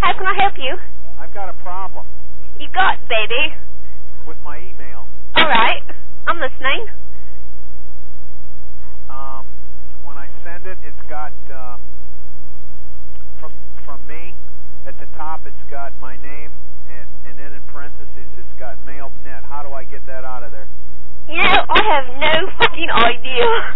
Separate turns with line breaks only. How can I help you?
I've got a problem
You got it, baby.
with my email.
All right. I'm listening.
Um, when I send it, it's got uh, from from me at the top. It's got my name, and and then in parentheses, it's got mailnet. How do I get that out of there?
You know, I have no fucking idea.